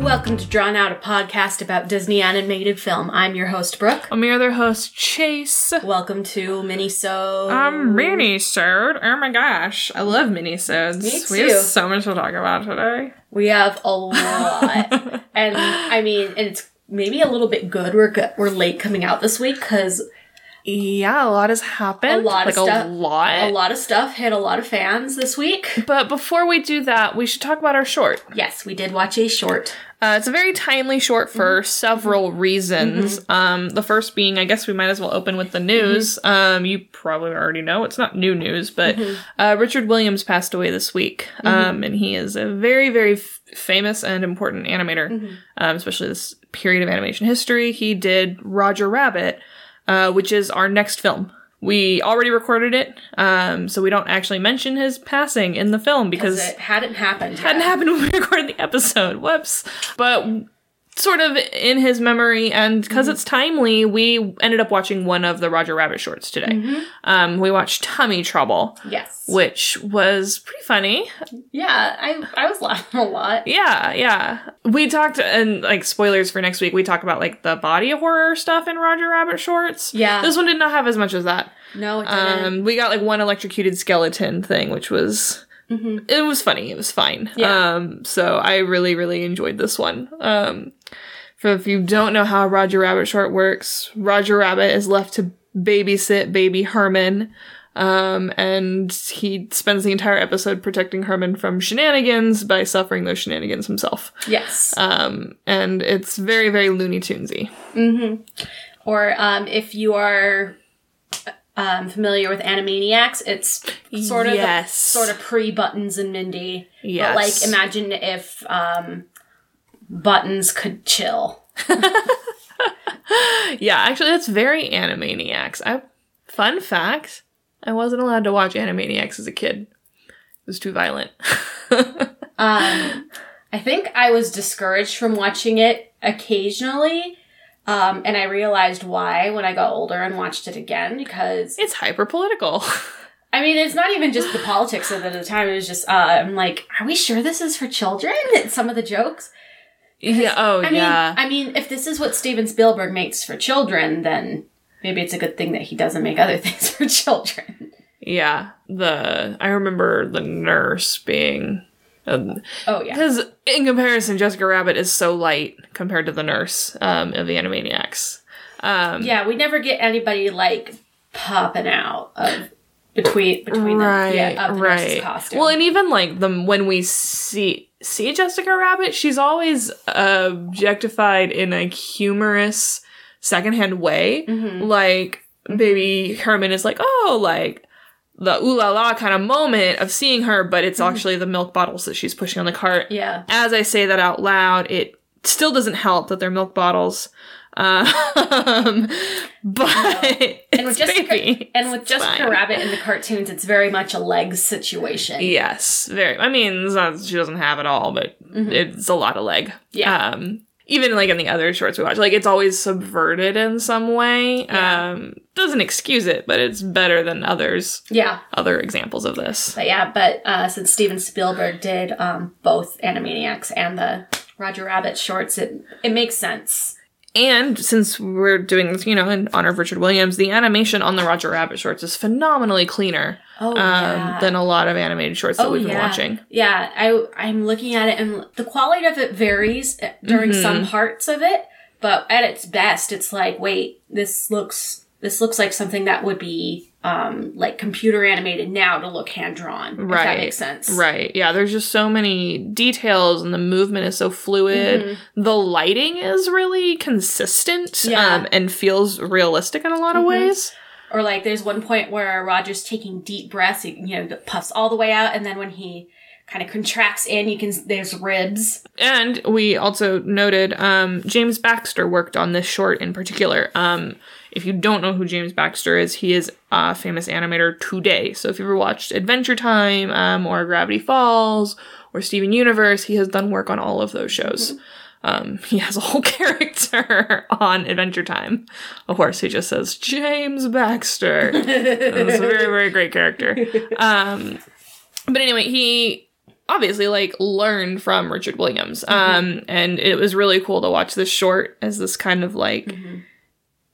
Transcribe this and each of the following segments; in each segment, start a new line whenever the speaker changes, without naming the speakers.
welcome to Drawn Out, a podcast about Disney animated film. I'm your host, Brooke.
I'm your other host, Chase.
Welcome to Miniso.
I'm Minisode. Oh my gosh. I love Minisodes.
Me
We
too.
have so much to talk about today.
we have a lot, and I mean, and it's maybe a little bit good. We're go- we're late coming out this week because
Yeah, a lot has happened.
A lot of
Like
stuff.
a lot.
a lot of stuff hit a lot of fans this week.
But before we do that, we should talk about our short.
Yes, we did watch a short.
Uh, it's a very timely short for several reasons. Um, the first being, I guess we might as well open with the news. Um, you probably already know it's not new news, but uh, Richard Williams passed away this week, um, and he is a very, very f- famous and important animator, um, especially this period of animation history. He did Roger Rabbit, uh, which is our next film. We already recorded it, um, so we don't actually mention his passing in the film because
It hadn't happened. yet.
hadn't happened when we recorded the episode. Whoops. But sort of in his memory, and because it's timely, we ended up watching one of the Roger Rabbit shorts today. Um, we watched Tummy Trouble,
Yes.
which was pretty funny.
yeah, I I was laughing a lot.
Yeah, yeah. We talked, and like spoilers for next week, we talk about like the body horror stuff in Roger Rabbit shorts.
Yeah.
This one did not have as much as that.
No, it didn't.
Um, we got like one electrocuted skeleton thing, which was it was funny. It was fine.
Mm-hmm. Yeah.
Um, so I really, really enjoyed this one. Um, for if you don't know how Roger Rabbit short works, Roger Rabbit is left to babysit baby Herman. Um, and he spends the entire episode protecting Herman from shenanigans by suffering those shenanigans himself.
yes.
Um, and it's very, very Looney Tunesy.
or um, if you are um, familiar with Animaniacs, it's sort of
Yes.
sort of pre Buttons and Mindy.
Yes.
But like, imagine if um, Buttons could chill.
Yeah, actually, that's very Animaniacs. I, fun fact, I wasn't allowed to watch Animaniacs as a kid. It was too violent.
Um, I think I was discouraged from watching it occasionally. Um, and I realized why when I got older and watched it again because
it's hyper political.
I mean it's not even just the politics of it at the time it was just uh, I'm like are we sure this is for children some of the jokes
yeah. Oh,
I
yeah.
mean, I mean, if this is what Steven Spielberg makes for children, then maybe it's a good thing that he doesn't make other things for children.
yeah. The I remember the nurse being. Because
Oh yeah,
in comparison, Jessica Rabbit is so light compared to the nurse um, of the Animaniacs. Um,
yeah. We never get anybody like popping out of between between
right,
the, yeah, of the nurse's
right.
costume.
Well, and even like the when we see see Jessica Rabbit, she's always objectified in a humorous secondhand way.
Mm-hmm.
Like baby Herman is like, oh, like the ooh la la kind of moment of seeing her, but it's actually the milk bottles that she's pushing on the cart.
Mm-hmm. yeah,
As I say that out loud, it still doesn't help that they're milk bottles. Um, but
and with
it's
Jessica
baby.
and with Jessica
fine.
Rabbit in the cartoons, it's very much a legs situation.
Yes, very. I mean, it's not, she doesn't have it all, but it's a lot of leg.
Mm-hmm. Yeah.
Um, even like in the other shorts we watch, like it's always subverted in some way.
Yeah.
Um, doesn't excuse it, but it's better than others.
Yeah,
Other examples of this.
but yeah, but uh, since Steven Spielberg did um, both Animaniacs and the Roger Rabbit shorts, it it makes sense.
And since we're doing this, you know, in honor of Richard Williams, the animation on the Roger Rabbit shorts is phenomenally cleaner
Oh
um,
yeah.
than a lot of animated shorts that we've been
Oh, yeah.
watching.
Yeah, I I'm looking at it and the quality of it varies during
Mm-hmm.
some parts of it, but at its best it's like, wait, this looks this looks like something that would be um like computer animated now to look hand drawn. If that
Right.
makes sense.
Right. Yeah, there's just so many details and the movement is so fluid. The lighting is really consistent
Mm-hmm. Yeah. Mm-hmm.
um, and feels realistic in a lot of ways.
Or like there's one point where Roger's taking deep breaths, he, you know, puffs all the way out and then when he kind of contracts in, you can there's ribs.
And we also noted um, James Baxter worked on this short in particular. Um, if you don't know who James Baxter is, he is a famous animator today. So if you've ever watched Adventure Time um, or Gravity Falls or Steven Universe, he has done work on all of those shows. Um, he has a whole character on Adventure Time, a horse who just says James Baxter. It's a very, very great character. Um, but anyway, he obviously like learned from Richard Williams.
Mm-hmm.
Um, and it was really cool to watch this short as this kind of like
Mm-hmm.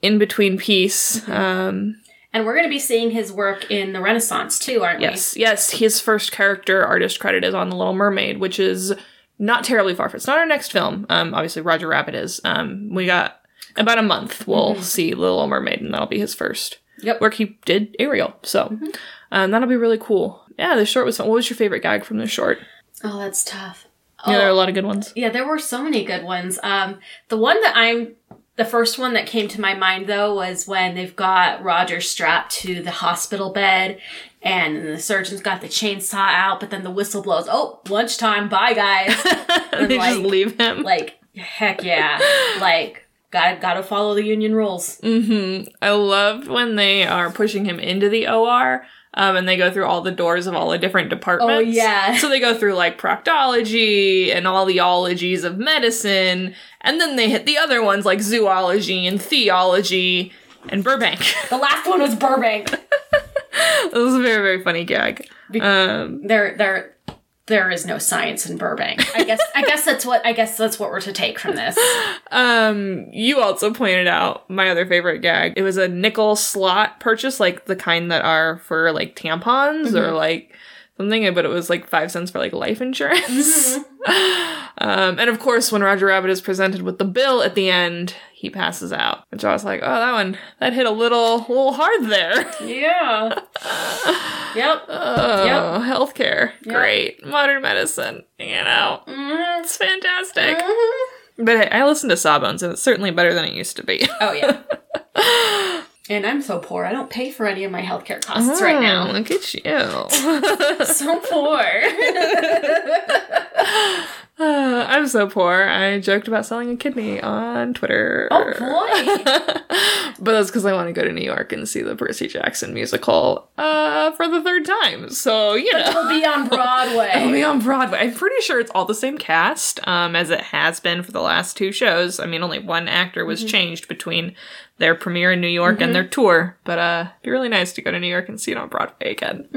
in between piece. Um,
And we're going to be seeing his work in the Renaissance too, aren't
yes, yes, his first character artist credit is on The Little Mermaid, which is not terribly far. It's not our next film. Um, obviously Roger Rabbit is. Um, we got about a month. We'll
Mm-hmm.
see The Little Mermaid, and that'll be his first
Yep.
work he did Ariel. So
Mm-hmm.
um, that'll be really cool. Yeah, the short was fun. What was your favorite gag from the short?
we? Oh, that's tough.
Yeah, there are
Oh,
a lot of good ones.
yeah, there were so many good ones. Um, the one that I'm, the first one that came to my mind though was when they've got Roger strapped to the hospital bed and the surgeon's got the chainsaw out, but then the whistle blows. Oh, lunchtime. Bye, guys. And,
they just
like-
leave him.
like, heck yeah. Like, gotta, gotta follow the union rules.
hmm I loved when they are pushing him into the OR. Um, and they go through all the doors of all the different departments.
Oh, yeah.
So they go through like proctology and all the ologies of medicine, and then they hit the other ones like zoology and theology and Burbank.
The last one was Burbank.
it was a very very funny gag.
Be-
Um,
there there there is no science in Burbank. I guess I guess that's what I guess that's what we're to take from this.
Um, you also pointed out my other favorite gag. It was a nickel slot purchase, like the kind that are for like tampons or
Mm-hmm.
like something, but it was like five cents for like life insurance.
Mm-hmm.
um, and of course, when Roger Rabbit is presented with the bill at the end, he passes out. Which I was like, oh, that one that hit a little, little hard there.
Yeah. yep.
Oh, healthcare,
Yep.
great, modern medicine. You know,
Mhm.
it's fantastic.
Mhm.
But hey, I listened to Sawbones, and it's certainly better than it used to be.
Oh yeah. And I'm so poor. I don't pay for any of my healthcare costs right
Oh,
now.
Look at you.
So poor.
Uh, I'm so poor. I joked about selling a kidney on Twitter.
Oh, boy.
but that's because I want to go to New York and see the Percy Jackson musical uh, for the third time. So you know.
We'll be on
It'll
Broadway.
be on Broadway. I'm pretty sure it's all the same cast um, as it has been for the last two shows. I mean, only one actor was changed between their premiere in New York and their tour. But uh, it'd be really nice to go to New York and see it on Broadway again.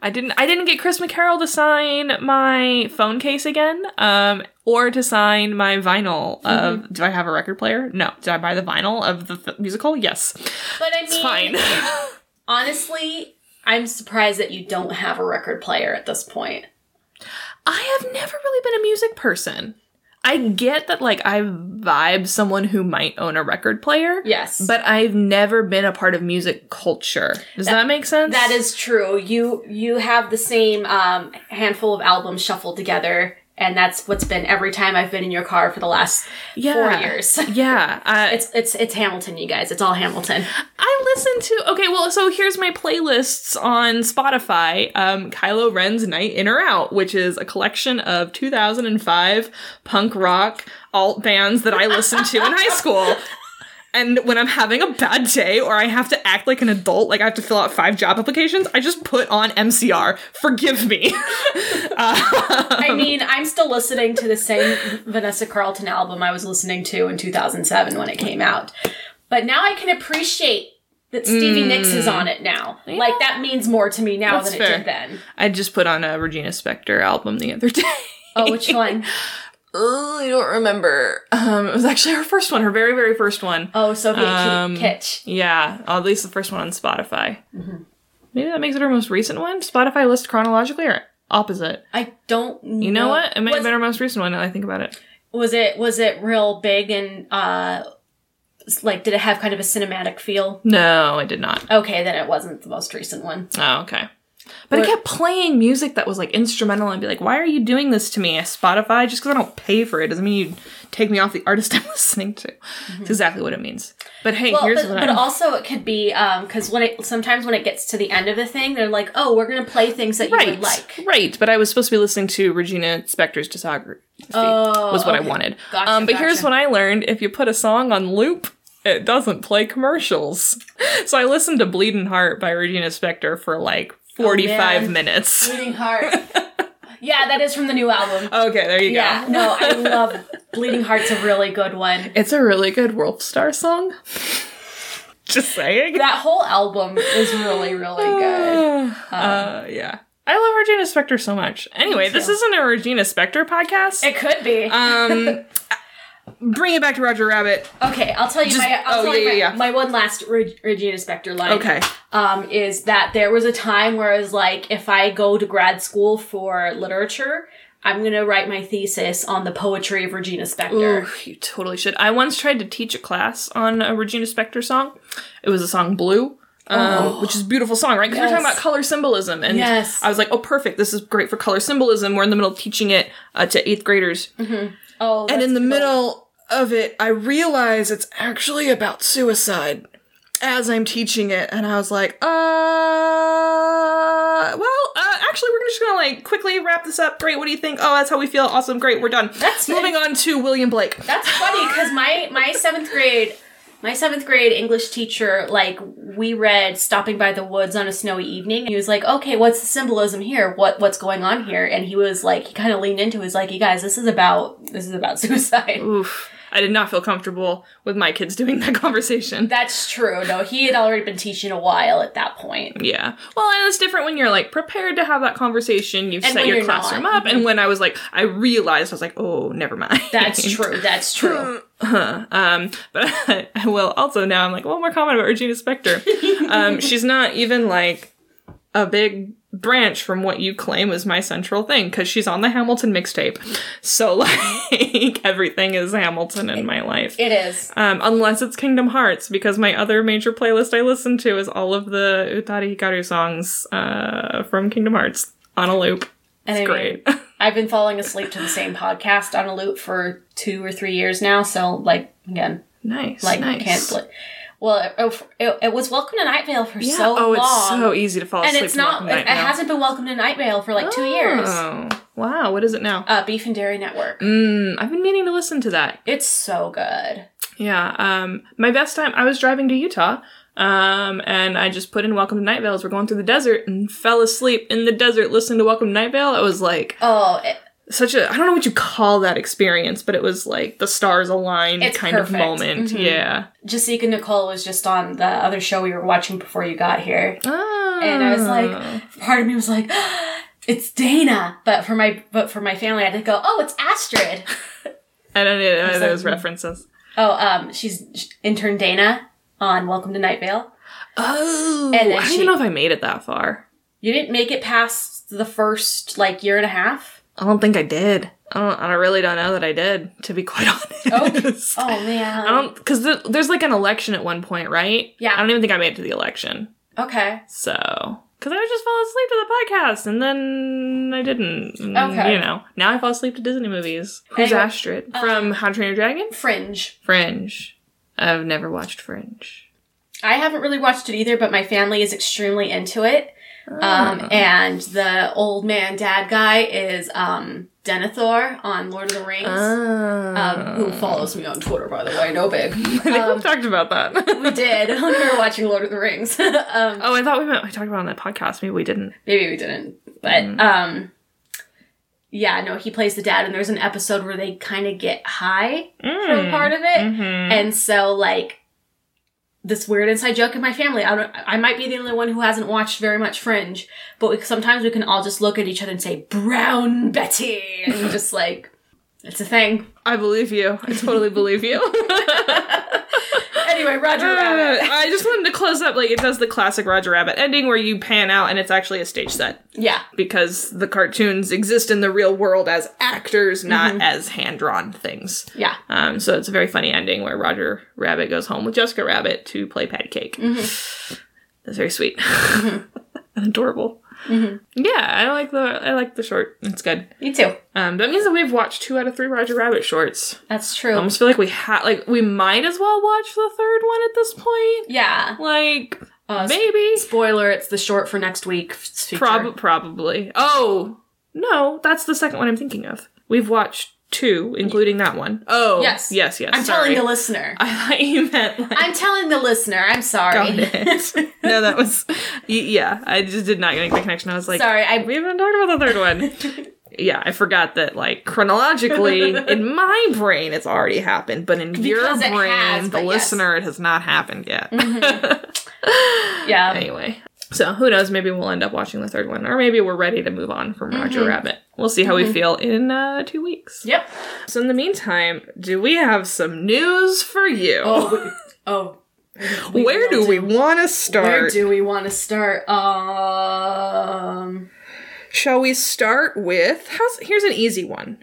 I didn't. I didn't get Chris McCarroll to sign my phone case again, um, or to sign my vinyl of. Do I have a record player? No. Did I buy the vinyl of the f- musical? Yes.
But I mean,
It's fine.
honestly, I'm surprised that you don't have a record player at this point.
I have never really been a music person. I get that, like, I vibe someone who might own a record player.
Yes.
But I've never been a part of music culture. Does that, make sense?
That is true. You you have the same um, handful of albums shuffled together, and that's what's been every time I've been in your car for the last
yeah.
four years.
Yeah. I,
It's it's it's Hamilton, you guys. It's all Hamilton.
I listen to okay, well, so here's my playlists on Spotify. Um, Kylo Ren's Night In or Out, which is a collection of 2005 punk rock alt bands that I listened to in high school. And when I'm having a bad day or I have to act like an adult, like I have to fill out five job applications, I just put on MCR. Forgive me. Um,
I mean, I'm still listening to the same Vanessa Carlton album I was listening to in 2007 when it came out, but now I can appreciate that Stevie Nicks is on it now. Like that means more to me now
Mm. That's
than it
fair.
did then.
I just put on a Regina Spektor album the other day.
Oh, which one?
Oh, I don't remember. Um, it was actually her first one, her very, very first one.
Oh, Sophia
Um,
Kitch.
Yeah, at least the first one on Spotify.
Mm-hmm.
Maybe that makes it her most recent one. Spotify lists chronologically or opposite.
I don't.
You know what? It might have
Was-
been her most recent one. Now that I think about it.
was it was it real big and uh s- like did it have kind of a cinematic feel
No, it did not.
okay then it wasn't the most recent one
Oh, okay. But I
What-
kept playing music that was like instrumental and be like, why are you doing this to me, Spotify? Just because I don't pay for it doesn't mean you take me off the artist I'm listening to. It's exactly what it means. But hey,
Mm-hmm. well,
here's
but,
what
but
I
also it could be um because when it sometimes when it gets to the end of the thing they're like oh we're gonna play things that you
right,
would like
right. But I was supposed to be listening to Regina Spektor's discography.
Oh,
was what I
okay.
wanted.
Gotcha,
um, but here's
gotcha.
what I learned: if you put a song on loop, it doesn't play commercials. So I listened to "Bleeding Heart" by Regina Spektor for like 45
Oh, man.
minutes.
bleeding heart yeah that is from the new album
Okay, there you
yeah
go.
no i love bleeding heart's a really good one
It's a really good Wolf Star song. Just saying.
that whole album is really really good
uh, yeah. I love Regina Spektor so much. Anyway, this isn't a Regina Spektor podcast.
It could be.
Um, bring it back to Roger Rabbit.
okay, I'll tell you
just-
my I'll
oh,
tell you
yeah,
my,
yeah, yeah.
my one last Reg- Regina Spector line.
Okay.
um, is that there was a time where I was like, if I go to grad school for literature, I'm gonna write my thesis on the poetry of Regina Spektor.
Ooh, Oh, you totally should. I once tried to teach a class on a Regina Spektor song. It was the song Blue, um, which is a beautiful song, right? Because we're talking
Yes.
about color symbolism. And
Yes.
I was like, oh, perfect. This is great for color symbolism. We're in the middle of teaching it uh, to eighth graders.
Oh, that's
and in the
cool.
middle of it, I realize it's actually about suicide as I'm teaching it. And I was like, uh, well, uh, actually, we're just gonna like quickly wrap this up. Great. What do you think? Oh, that's how we feel. Awesome. Great. We're done.
That's
moving on to William Blake.
That's funny because my my seventh grade my seventh grade English teacher like we read Stopping by the Woods on a Snowy Evening. He was like, "Okay, what's the symbolism here? What what's going on here?" And he was like, he kind of leaned into, it, was like, "You guys, this is about this is about suicide."
Oof. I did not feel comfortable with my kids doing that conversation.
That's true. No, he had already been teaching a while at that point.
yeah. Well, and it's different when you're like prepared to have that conversation. You've
And
set
when
your
you're not.
classroom up. And when I was like, I realized, I was like, oh, never mind.
That's true. That's true.
Um, but I, will also now I'm like one more comment about Regina Spektor. Um, she's not even like a big branch from what you claim is my central thing because she's on the Hamilton mixtape. So like everything is Hamilton in my life.
It is.
Um, unless it's Kingdom Hearts, because my other major playlist I listen to is all of the Utari Hikaru songs uh, from Kingdom Hearts on a loop.
And
It's
I mean,
great.
I've been falling asleep to the same podcast on a loop for two or three years now. So, like, again,
nice.
like,
nice.
can't split. Well, it, it, it was Welcome to Night Vale for
Yeah.
so
oh,
long.
it's so easy to fall
and
asleep.
it's
to
not,
Welcome
it,
Night
it
Now.
hasn't been Welcome to Night Vale for like two years.
Oh, wow. What is it now?
Uh, Beef and Dairy Network.
Mm, I've been meaning to listen to that.
It's so good.
Yeah. Um, my best time, I was driving to Utah. Um, and I just put in Welcome to Night Vale as we're going through the desert and fell asleep in the desert listening to Welcome to Night Vale. It was like
Oh, it,
such a, I don't know what you call that experience, but it was like the stars aligned
It's
kind of
perfect.
moment. Yeah.
Jessica Nicole was just on the other show we were watching before you got here. and
Ah.
I was
Oh.
like, part of me was like, it's Dana, but for my but for my family, I had to go. Oh, it's Astrid.
I don't know any of
like,
those references.
Oh, um, she's sh- intern Dana on Welcome to Night Vale.
Oh,
And then
I don't
she-
even know if I made it that far.
You didn't make it past the first like year and a half.
I don't think I did. I don't, I really don't know that I did, to be quite honest.
Oh man.
I don't because the, there's like an election at one point, right?
Yeah.
I don't even think I made it to the election.
okay.
So because I just fell asleep to the podcast and then I didn't. And,
Okay.
You know, now I fall asleep to Disney movies. Who's
Anyway, um,
Astrid from How to Train Your Dragon?
Fringe.
Fringe. I've never watched Fringe.
I haven't really watched it either, but my family is extremely into it. Um, and the old man dad guy is um Denethor on Lord of the Rings. um, who follows me on Twitter, by the way, no big.
Ah.
Um,
I think we've talked about
We
that.
did when we were watching Lord of the Rings. um,
oh, I thought we meant we talked about it on that podcast. Maybe we didn't.
maybe we didn't, but
Mm-hmm.
um, yeah, no, he plays the dad, and there's an episode where they kind of get high
Mm.
for part of it,
Mm-hmm.
and so like this weird inside joke in my family. I don't, I might be the only one who hasn't watched very much Fringe, but we, sometimes we can all just look at each other and say "Brown Betty" and just like it's a thing.
I believe you. I totally believe you.
Anyway, Roger
Uh,
Rabbit.
I just wanted to close up like it does the classic Roger Rabbit ending where you pan out and it's actually a stage set
Yeah.
because the cartoons exist in the real world as actors, not as hand drawn things.
Yeah.
Um, so it's a very funny ending where Roger Rabbit goes home with Jessica Rabbit to play patty cake. That's very sweet and adorable. Yeah, I like the I like the short. It's good.
Me too.
Um, that means that we've watched two out of three Roger Rabbit shorts.
That's true.
I almost feel like we had like we might as well watch the third one at this point.
yeah.
Like
Uh,
maybe
Spoiler, it's the short for next week.
Prob- probably. Oh no, that's the second one I'm thinking of. We've watched two, including that one. Oh
Yes.
yes, yes.
I'm
sorry.
telling the listener.
I thought you meant like.
I'm telling the listener. I'm
Got
sorry.
it. no, that was y- yeah. I just did not make the connection. I was like,
Sorry, I-
we haven't talked about the third one. yeah, I forgot that. Like chronologically, in my brain, it's already happened, but in your
Because it
brain,
has, Mm-hmm.
the
but yes.
listener, it has not happened yet.
Yeah.
anyway, So who knows? Maybe we'll end up watching the third one, or maybe we're ready to move on from Roger Rabbit. We'll see how we feel in uh, two weeks.
Yep.
So in the meantime, do we have some news for you?
Oh, oh. we- we
Where do
don't
we want to start?
Where do we want to start? Um,
Shall we start with? How's, here's an easy one.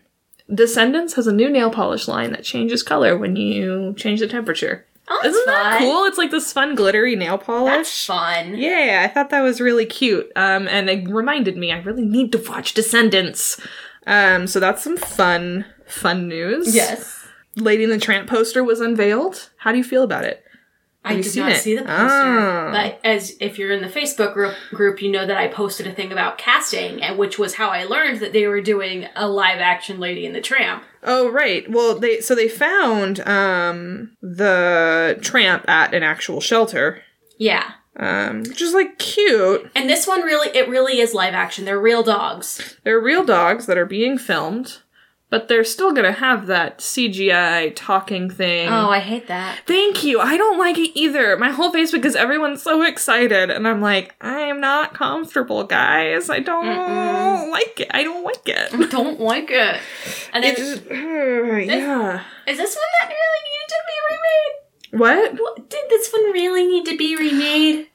Descendants has a new nail polish line that changes color when you change the temperature.
oh, that's
Isn't that
fun.
cool? It's like this fun glittery nail polish.
That's fun.
Yeah, I thought that was really cute. Um, and it reminded me I really need to watch Descendants. Um, so that's some fun, fun news.
Yes.
Lady and the Tramp poster was unveiled. How do you feel about it?
I
you
did
seen
not
it?
see the poster,
Ah.
but as if you're in the Facebook group, group, you know that I posted a thing about casting, and which was how I learned that they were doing a live action Lady in the Tramp.
Oh right. Well, they so they found um the tramp at an actual shelter,
Yeah,
um, which is like cute.
and this one really, it really is live action. They're real dogs.
They're real dogs that are being filmed, but they're still gonna have that CGI talking thing.
Oh, I hate that.
Thank you. I don't like it either. My whole Facebook is everyone's so excited, and I'm like, I am not comfortable, guys. I don't
Mm-mm.
like it. I don't like it.
I don't like it. And then,
It's just, yeah.
is this one that really needed to be remade?
What?
What, did this one really need to be remade?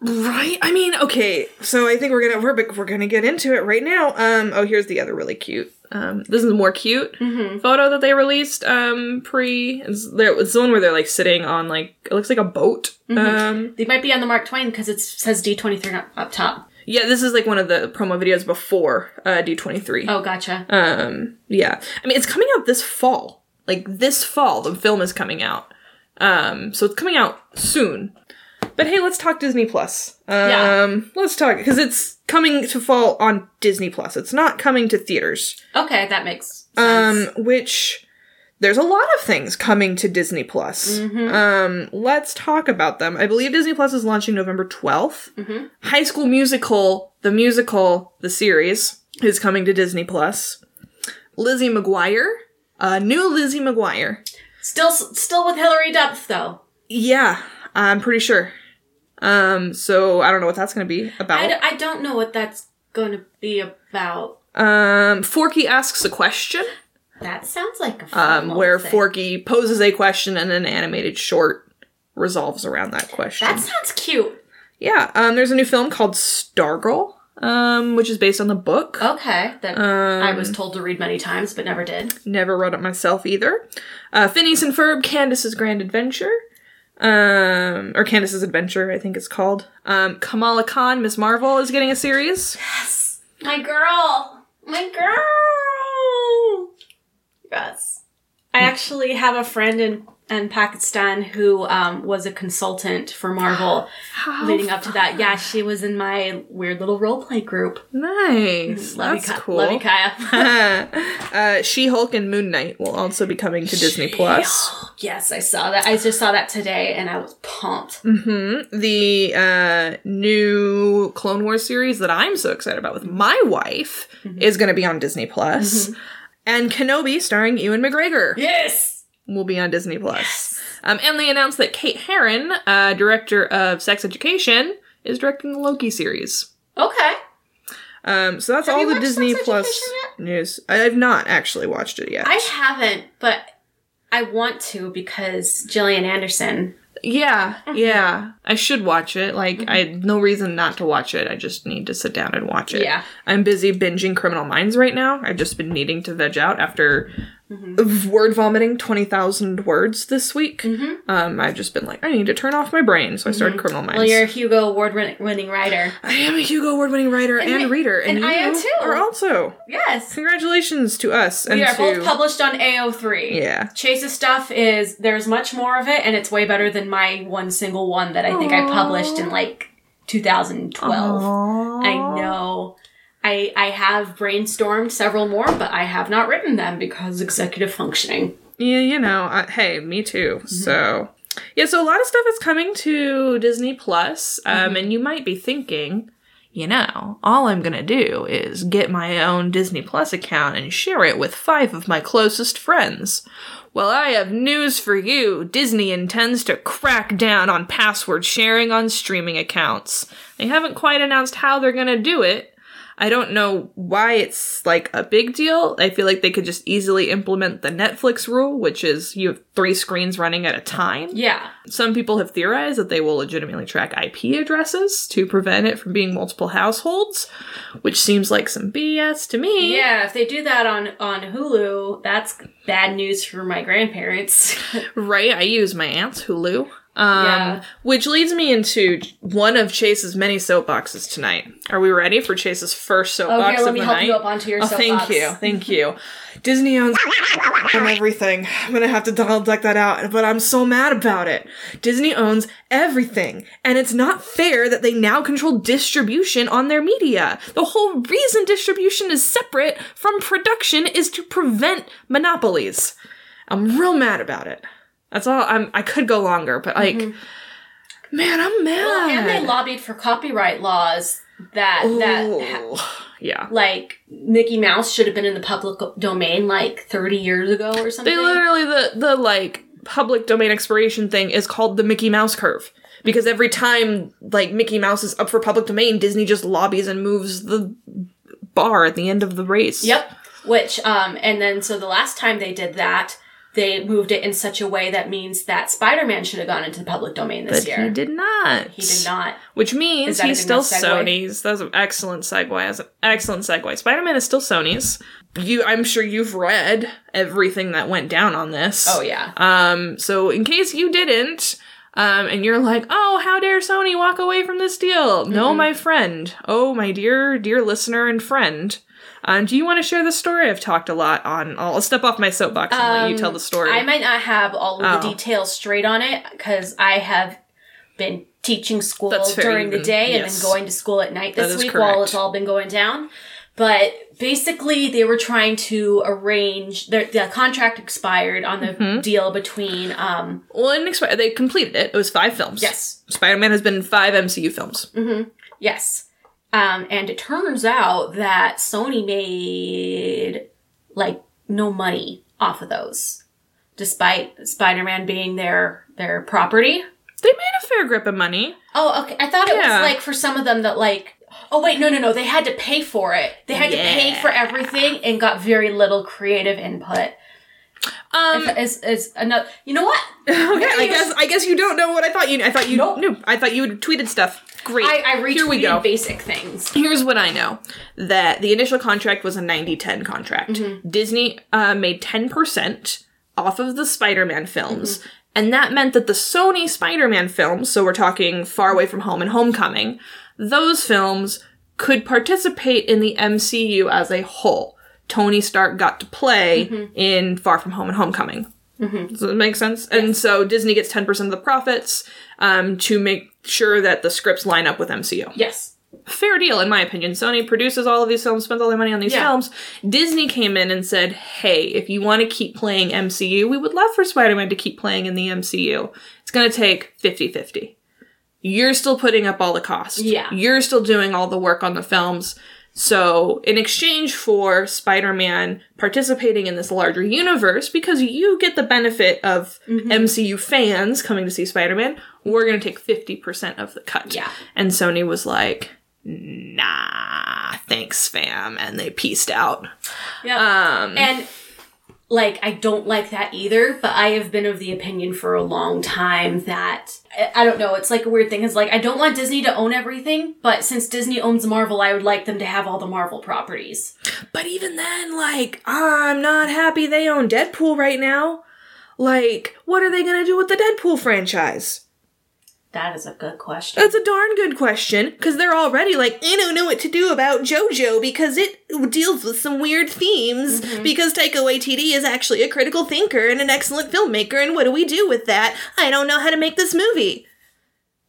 Right. I mean, okay. So I think we're gonna we're we're gonna get into it right now. Um. Oh, here's the other really cute. Um. This is more cute.
Mm-hmm.
photo that they released um pre it's, there it's the one where they're like sitting on like it looks like a boat
Mhm.
um
They might be on the Mark Twain because it says D twenty three up top.
yeah this is like one of the promo videos before uh d23
Oh, gotcha.
um yeah i mean it's coming out this fall like this fall the film is coming out um so it's coming out soon but hey let's talk disney plus um
Yeah.
let's talk because it's coming to fall on disney plus it's not coming to theaters
Okay, that makes sense.
um which there's a lot of things coming to disney plus
Mhm.
um let's talk about them i believe disney plus is launching november 12th
Mhm.
high school musical the musical the series is coming to disney plus lizzie mcguire uh new lizzie mcguire
Still, still with Hillary Duff though.
yeah i'm pretty sure um so i don't know what that's gonna be
I, d-
about
I don't know what that's going to be about.
um forky asks a question
That sounds like a fun
um,
little
where
thing.
Forky poses a question and an animated short resolves around that question.
That sounds cute.
yeah, um, there's a new film called Stargirl, um, which is based on the book.
Okay, that
Um,
I was told to read many times but never did.
Never read it myself either. Uh, Phineas and Ferb, Candace's Grand Adventure, um, or Candace's Adventure, I think it's called. Um, Kamala Khan, Miss Marvel, is getting a series.
Yes, my girl, my girl. Yes, I actually have a friend in in Pakistan who um, was a consultant for Marvel.
How
leading up to that, yeah, she was in my weird little role play group.
nice.
Love you,
That's
Ki-
cool.
Love you, Kaya.
uh, She-Hulk and Moon Knight will also be coming to Disney Plus.
Yes, I saw that. I just saw that today and I was pumped.
hmm The uh, new Clone Wars series that I'm so excited about with my wife
Mm-hmm.
is going to be on Disney Plus. And Kenobi, starring Ewan McGregor,
Yes!
will be on Disney Plus. Um, and they announced that Kate Herron, uh, director of Sex Education, is directing the Loki series.
Okay.
Um, so that's
Have
all
you
the
watched
Disney
Sex
Plus
Education
news. I- I've not actually watched it yet.
I haven't, but I want to because Gillian Anderson.
Yeah,
Uh-huh.
yeah. I should watch it. Like, I
Mm-hmm.
had no reason not to watch it. I just need to sit down and watch it.
Yeah.
I'm busy binging Criminal Minds right now. I've just been needing to veg out after
Mm-hmm.
v- word vomiting 20,000 words this week. Um, I've just been like, I need to turn off my brain. So I started Criminal Minds.
Mm-hmm. Well, you're a Hugo Award win- winning writer.
I am a Hugo Award winning writer and,
I-
reader. And,
and I am
you
too.
are also.
Yes.
Congratulations to us. And
We are
to,
both published on AO3.
Yeah.
Chase's stuff is there's much more of it, and it's way better than my one single one that I think I published in like 2012.
Aw.
I know. I I have brainstormed several more, but I have not written them because executive functioning.
Yeah, you know, I, hey, me too.
Mm-hmm.
So, yeah, so a lot of stuff is coming to Disney Plus, um, and you might be thinking, you know, all I'm gonna do is get my own Disney Plus account and share it with five of my closest friends. Well, I have news for you. Disney intends to crack down on password sharing on streaming accounts. They haven't quite announced how they're gonna do it. I don't know why it's like a big deal. I feel like they could just easily implement the Netflix rule, which is you have three screens running at a time.
Yeah.
Some people have theorized that they will legitimately track IP addresses to prevent it from being multiple households, which seems like some BS to me.
Yeah, if they do that on on Hulu, that's bad news for my grandparents.
Right? I use my aunt's Hulu. Um,
Yeah.
Which leads me into one of Chase's many soapboxes tonight. Are we ready for Chase's first
Oh,
soapbox
here, let
of
me
the
help
night?
you up onto your
Oh,
soapbox.
thank you, thank you. Disney owns on everything. I'm gonna have to double check that out, but I'm so mad about it. Disney owns everything, and it's not fair that they now control distribution on their media. The whole reason distribution is separate from production is to prevent monopolies. I'm real mad about it. That's all. I'm. I could go longer, but like, man,
Mm-hmm.
I'm mad.
Well, and they lobbied for copyright laws that that ha-
Ooh. yeah.
like Mickey Mouse should have been in the public domain like 30 years ago or something.
They literally the the like public domain expiration thing is called the Mickey Mouse curve because every time like Mickey Mouse is up for public domain, Disney just lobbies and moves the bar at the end of the race.
Yep. Which um and then so the last time they did that, they moved it in such a way that means that Spider-Man should have gone into the public domain this
But
year.
he did not.
He did not.
Which
Is
means
that a
he's
good
still
enough segue?
Sony's. That's an excellent segue. That's an excellent segue. Spider Man is still Sony's. You, I'm sure you've read everything that went down on this.
Oh yeah.
Um, so in case you didn't, um, and you're like, oh, how dare Sony walk away from this deal? No, my friend. Oh, my dear, dear listener and friend. Um, do you want to share the story? I've talked a lot on. I'll step off my soapbox and let you
Um,
tell the story.
I might not have all of the
Oh.
details straight on it because I have been teaching school
That's fair,
during
you've
the
been-
day and
yes.
then going to school at night
That
this
is
week while
correct.
it's all been going down. But basically, they were trying to arrange their, the contract expired on the
Mm-hmm.
deal between. Um,
well, in expi- they completed it. It was five films.
Yes. mm-hmm,
Spider Man has been in five MCU films.
yes. Um, and it turns out that Sony made like no money off of those, despite Spider Man being their their property.
They made a fair grip of money.
Oh, okay. I thought it
Yeah.
was like for some of them that like. Oh wait, no, no, no. They had to pay for it. They had to pay for
Yeah.
everything and got very little creative input.
Um,
Is is another? You know what?
Okay, I guess I guess you don't know what I thought you. I thought you
Nope.
knew. I thought you had tweeted stuff. Great.
I, I retweeted
Here we go.
basic things.
Here's what I know that the initial contract was a 90 10 contract. Disney uh, made 10% off of the Spider Man films, and that meant that the Sony Spider Man films, so we're talking Far Away from Home and Homecoming, those films could participate in the MCU as a whole. Tony Stark got to play in Far From Home and Homecoming. Does that make sense? And so Disney gets 10% of the profits um, to make sure that the scripts line up with MCU
Yes.
fair deal in my opinion. Sony produces all of these films, spends all their money on these
Yeah.
films. Disney came in and said, "Hey, if you want to keep playing MCU, we would love for Spider-Man to keep playing in the MCU. It's going to take 50-50. You're still putting up all the costs.
Yeah.
You're still doing all the work on the films." So, in exchange for Spider Man participating in this larger universe, because you get the benefit of MCU fans coming to see Spider Man, we're going to take 50% of the cut.
Yeah.
And Sony was like, nah, thanks, fam. And they pieced out.
Yeah.
Um,
and like I don't like that either, but I have been of the opinion for a long time that I, I don't know, it's like a weird thing is like I don't want Disney to own everything, but since Disney owns Marvel, I would like them to have all the Marvel properties.
but even then, like, I'm not happy they own Deadpool right now. Like, what are they going to do with the Deadpool franchise?
That is a good question.
That's a darn good question, because they're already like, I don't know what to do about JoJo because it deals with some weird themes.
Mm-hmm.
Because Taika Waititi is actually a critical thinker and an excellent filmmaker, and what do we do with that? I don't know how to make this movie.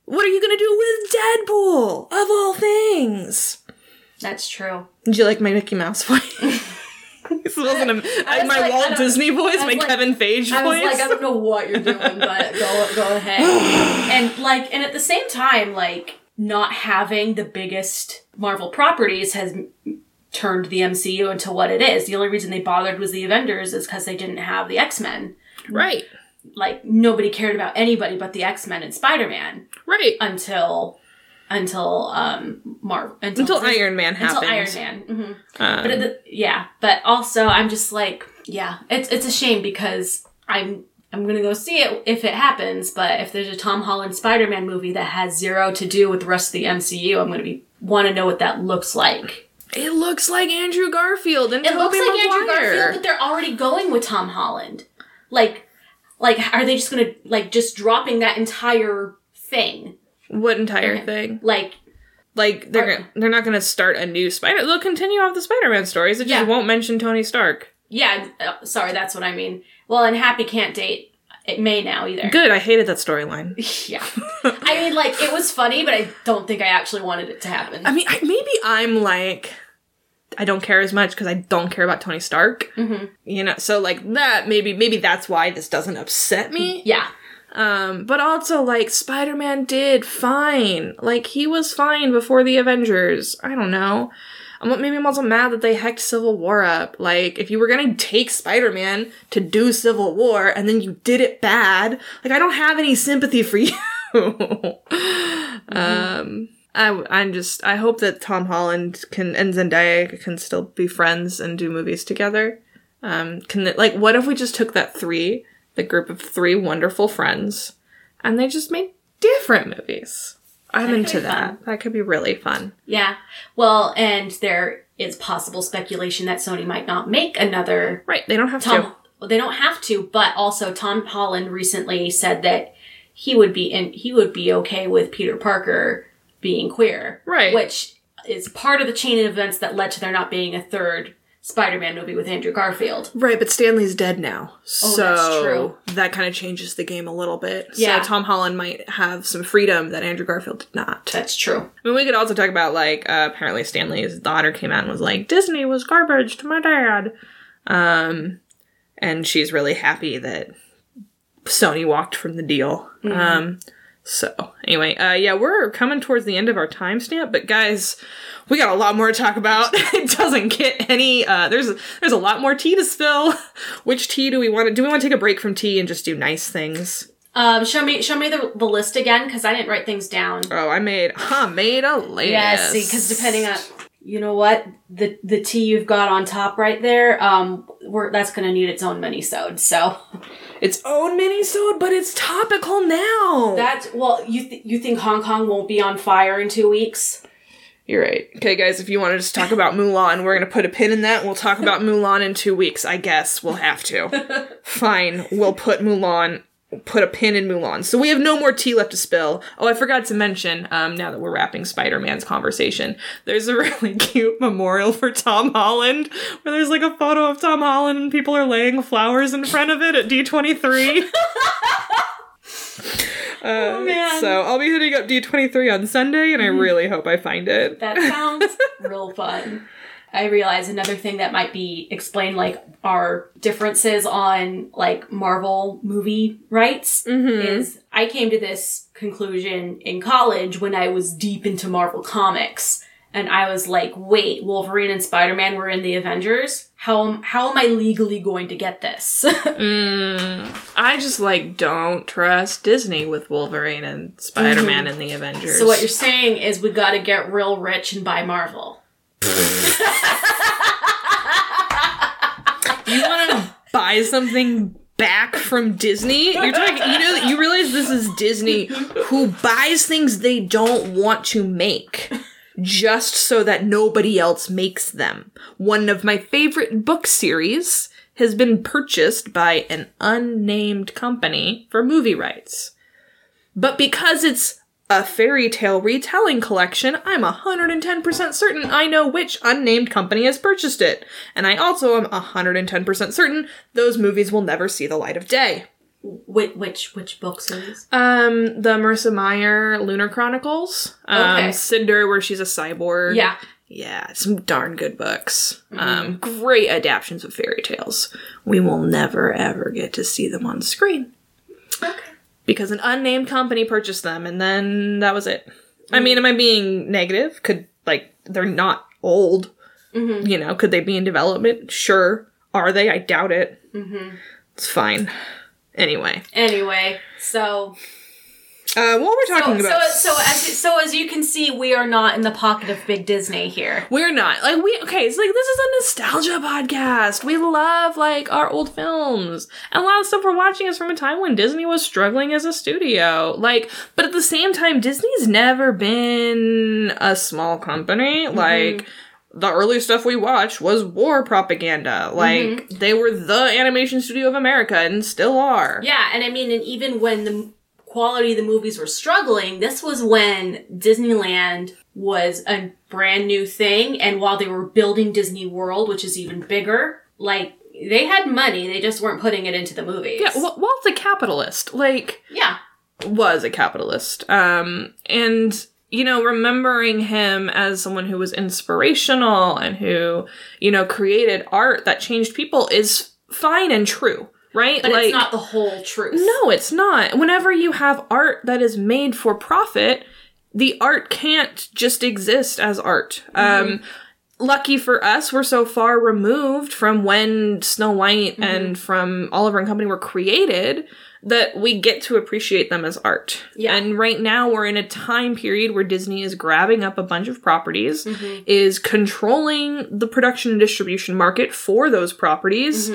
What are you gonna do with Deadpool, of all things?
That's true.
Did you like my Mickey Mouse voice? this wasn't a,
I was
my
like, I
Walt
don't-
Disney voice,
I
my
was like-
Kevin Feige
I was
voice.
like, I don't know what you're doing, but go go ahead. and like, and at the same time, like not having the biggest Marvel properties has turned the MCU into what it is. The only reason they bothered was the Avengers is because they didn't have the X Men.
Right.
Like nobody cared about anybody but the X Men and Spider Man
Right.
until until um Mar until,
Until Iron Man
until
happened.
Iron Man. hmm
Um,
But it, yeah, but also I'm just like yeah, it's it's a shame because I'm I'm gonna go see it if it happens. But if there's a Tom Holland Spider Man movie that has zero to do with the rest of the MCU, I'm gonna be want to know what that looks like.
it looks like Andrew Garfield and
It looks
Tobey
like Andrew
Maguire.
Garfield, but they're already going with Tom Holland. Like, like are they just gonna like just dropping that entire thing?
What entire thing?
Like,
Like they're
Are-
gonna, they're not going to start a new Spider. They'll continue off the Spider-Man stories. It just
Yeah.
won't mention Tony Stark.
yeah, uh, sorry, that's what I mean. Well, and Happy can't date. It may now either.
Good. I hated that storyline.
Yeah, I mean, like it was funny, but I don't think I actually wanted it to happen.
I mean, I, maybe I'm like I don't care as much because I don't care about Tony Stark.
Mhm.
You know, so like that maybe maybe that's why this doesn't upset me.
Yeah,
Um, but also like Spider-Man did fine. Like he was fine before the Avengers. I don't know. I'm maybe I'm also mad that they hecked Civil War up. Like if you were gonna take Spider-Man to do Civil War and then you did it bad, like I don't have any sympathy for you.
Mm-hmm.
Um, I I'm just I hope that Tom Holland can and Zendaya can still be friends and do movies together. Um, can they, like what if we just took that three, the group of three wonderful friends, and they just made different movies? I'm
That could
into
be
that.
fun.
That could be really fun.
yeah. Well, and there is possible speculation that Sony might not make another
Right? They don't have
Tom,
to.
they don't have to, but also Tom Holland recently said that he would be in, he would be okay with Peter Parker being queer,
Right.
Which is part of the chain of events that led to there not being a third Spider-Man movie with Andrew Garfield.
Right, but Stanley's dead now.
Oh,
So
that's true.
that kind of changes the game a little bit.
Yeah.
So Tom Holland might have some freedom that Andrew Garfield did not.
That's true.
I mean, we could also talk about like uh, apparently Stanley's daughter came out and was like, "Disney was garbage to my dad," um, and she's really happy that Sony walked from the deal.
Mm-hmm.
Um, so anyway, uh, yeah, we're coming towards the end of our timestamp, but guys, we got a lot more to talk about. it doesn't get any. Uh, there's there's a lot more tea to spill. Which tea do we want to? Do we want to take a break from tea and just do nice things?
Um, show me, show me the, the list again because I didn't write things down.
Oh, I made I made a list.
Yeah, see, because depending on you know what the the tea you've got on top right there, um, we're, that's going to need its own mini sewed. So
its own minisode, but it's topical now.
that's well, you th- you think Hong Kong won't be on fire in two weeks?
You're right. Okay, guys, if you want to just talk about Mulan, we're gonna put a pin in that. and We'll talk about Mulan in two weeks. I guess we'll have to. Fine, we'll put Mulan. Put a pin in Mulan. So we have no more tea left to spill. Oh, I forgot to mention, um, now that we're wrapping Spider Man's conversation, there's a really cute memorial for Tom Holland where there's like a photo of Tom Holland and people are laying flowers in front of it at D23. oh, Mm-hmm.
man.
So I'll be hitting up D23 on Sunday and I really hope I find it.
That sounds real fun. I realize another thing that might be explained, like our differences on like Marvel movie rights, is I came to this conclusion in college when I was deep into Marvel comics, and I was like, "Wait, Wolverine and Spider Man were in the Avengers. How am how am I legally going to get this?"
I just like don't trust Disney with Wolverine and Spider Man and the Avengers.
so what you're saying is we got to get real rich and buy Marvel.
you want to buy something back from Disney? You're talking. You know you realize this is Disney who buys things they don't want to make. Just so that nobody else makes them. One of my favorite book series has been purchased by an unnamed company for movie rights. But because it's a fairy tale retelling collection, I'm 110% certain I know which unnamed company has purchased it. And I also am 110% certain those movies will never see the light of day.
Which which, which book series?
Um, the Marissa Meyer Lunar Chronicles, um,
Okay.
Cinder, where she's a cyborg.
Yeah.
Yeah, some darn good books. Um, great adaptions of fairy tales. We will never ever get to see them on screen
Okay.
because an unnamed company purchased them and then that was it. I mean, am I being negative? Could like they're not old.
Mm-hmm.
You know, could they be in development? Sure. Are they? I doubt it.
Mm-hmm.
It's fine. Anyway,
Anyway, so
uh, what we're talking
Oh, so,
about?
so so as so as you can see, we are not in the pocket of big Disney here.
We're not like we okay. It's like this is a nostalgia podcast. We love like our old films, and a lot of stuff we're watching is from a time when Disney was struggling as a studio. Like, but at the same time, Disney's never been a small company. Like, the early stuff we watched was war propaganda. Like, they were the animation studio of America and still are.
Yeah, and I mean, and even when the quality of the movies were struggling, this was when Disneyland was a brand new thing, and while they were building Disney World, which is even bigger, like they had money, they just weren't putting it into the movies.
Yeah, Wa- Walt's a capitalist. Like.
yeah,
was a capitalist. Um, and, you know, remembering him as someone who was inspirational and who, you know, created art that changed people is fine and true, right?
but it's not the whole truth.
no, it's not. Whenever you have art that is made for profit, the art can't just exist as art. Um, lucky for us, we're so far removed from when Snow White and from Oliver and Company were created that we get to appreciate them as art.
Yeah.
And right now we're in a time period where Disney is grabbing up a bunch of properties, is controlling the production and distribution market for those
Mm-hmm.
properties,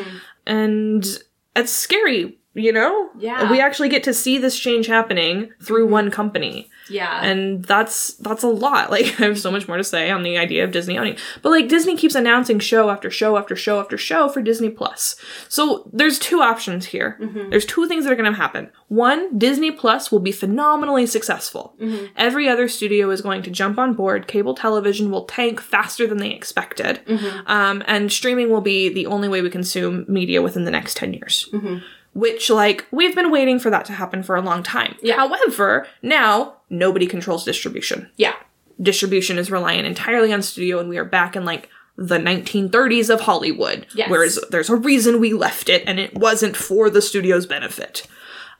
and that's scary, you know?
Yeah.
We actually get to see this change happening through one company
Yeah,
and that's that's a lot like i have so much more to say on the idea of disney owning but like disney keeps announcing show after show after show after show for disney plus so there's two options here
Mm-hmm.
there's two things that are going to happen one disney plus will be phenomenally successful every other studio is going to jump on board cable television will tank faster than they expected um, and streaming will be the only way we consume media within the next 10 years which like we've been waiting for that to happen for a long time.
Yeah.
However, now nobody controls distribution.
yeah,
Distribution is reliant entirely on studio and we are back in like the 1930s of Hollywood.
Yes.
Whereas there's a reason we left it and it wasn't for the studio's benefit.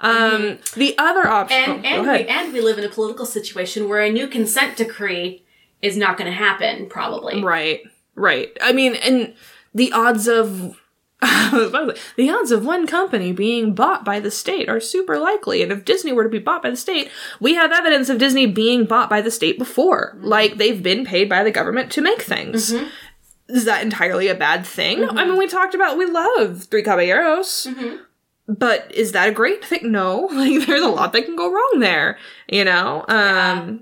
Um the other option
Mm-hmm. and
oh, go
and
ahead.
we, and we live in a political situation where a new consent decree is not going to happen, probably.
Right. Right. I mean, and the odds of the odds of one company being bought by the state are super likely. And if Disney were to be bought by the state, we have evidence of Disney being bought by the state before. Like they've been paid by the government to make things. Is that entirely a bad thing? No. I mean, we talked about we love Three Caballeros. But is that a great thing? No. Like there's a lot that can go wrong there, you know? Um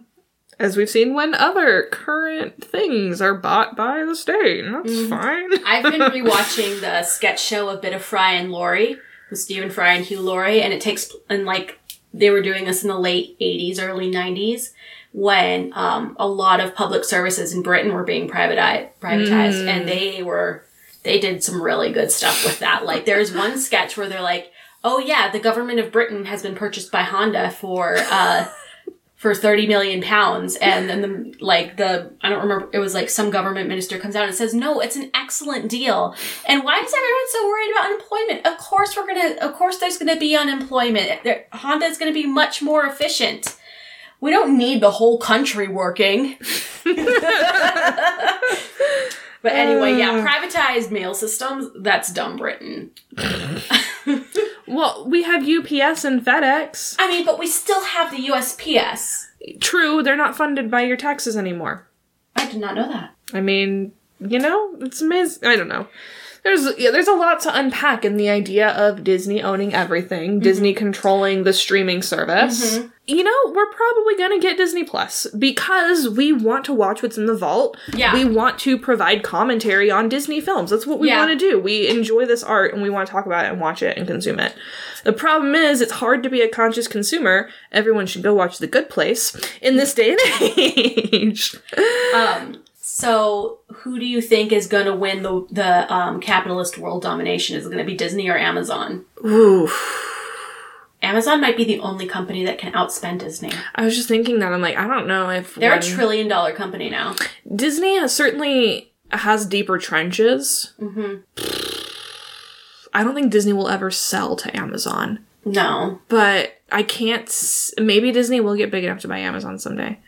as we've seen when other current things are bought by the state. and That's fine.
I've been rewatching the sketch show of Bit of Fry and Laurie with Stephen Fry and Hugh Laurie, and it takes and like they were doing this in the late '80s, early '90s, when um, a lot of public services in Britain were being privatized, privatized, and they were they did some really good stuff with that. Like there's one sketch where they're like, "Oh yeah, the government of Britain has been purchased by Honda for." Uh, for 30 million pounds and then the like the i don't remember it was like some government minister comes out and says no it's an excellent deal and why is everyone so worried about unemployment of course we're gonna of course there's gonna be unemployment there, honda's gonna be much more efficient we don't need the whole country working but anyway yeah privatized mail systems that's dumb britain
Well, we have UPS and FedEx.
i mean but we still have the usps
True, they're not funded by your taxes anymore.
i did not know that
I mean, you know, it's amazing. I don't know. There's yeah, there's a lot to unpack in the idea of Disney owning
Mm-hmm.
everything, Disney controlling the streaming service. You know, we're probably gonna get Disney Plus because we want to watch what's in the vault.
Yeah.
We want to provide commentary on Disney films. That's what we
Yeah.
want to do. We enjoy this art and we want to talk about it and watch it and consume it. The problem is it's hard to be a conscious consumer. Everyone should go watch The Good Place in this day and age.
Um, so who do you think is going to win the the um, capitalist world domination? Is it going to be Disney or Amazon?
Ooh.
Amazon might be the only company that can outspend Disney.
I was just thinking that I'm like I don't know if
They're
one-
a trillion dollar company now.
Disney has certainly has deeper trenches.
Mhm.
I don't think Disney will ever sell to Amazon,
No,
but I can't. S- maybe Disney will get big enough to buy Amazon someday.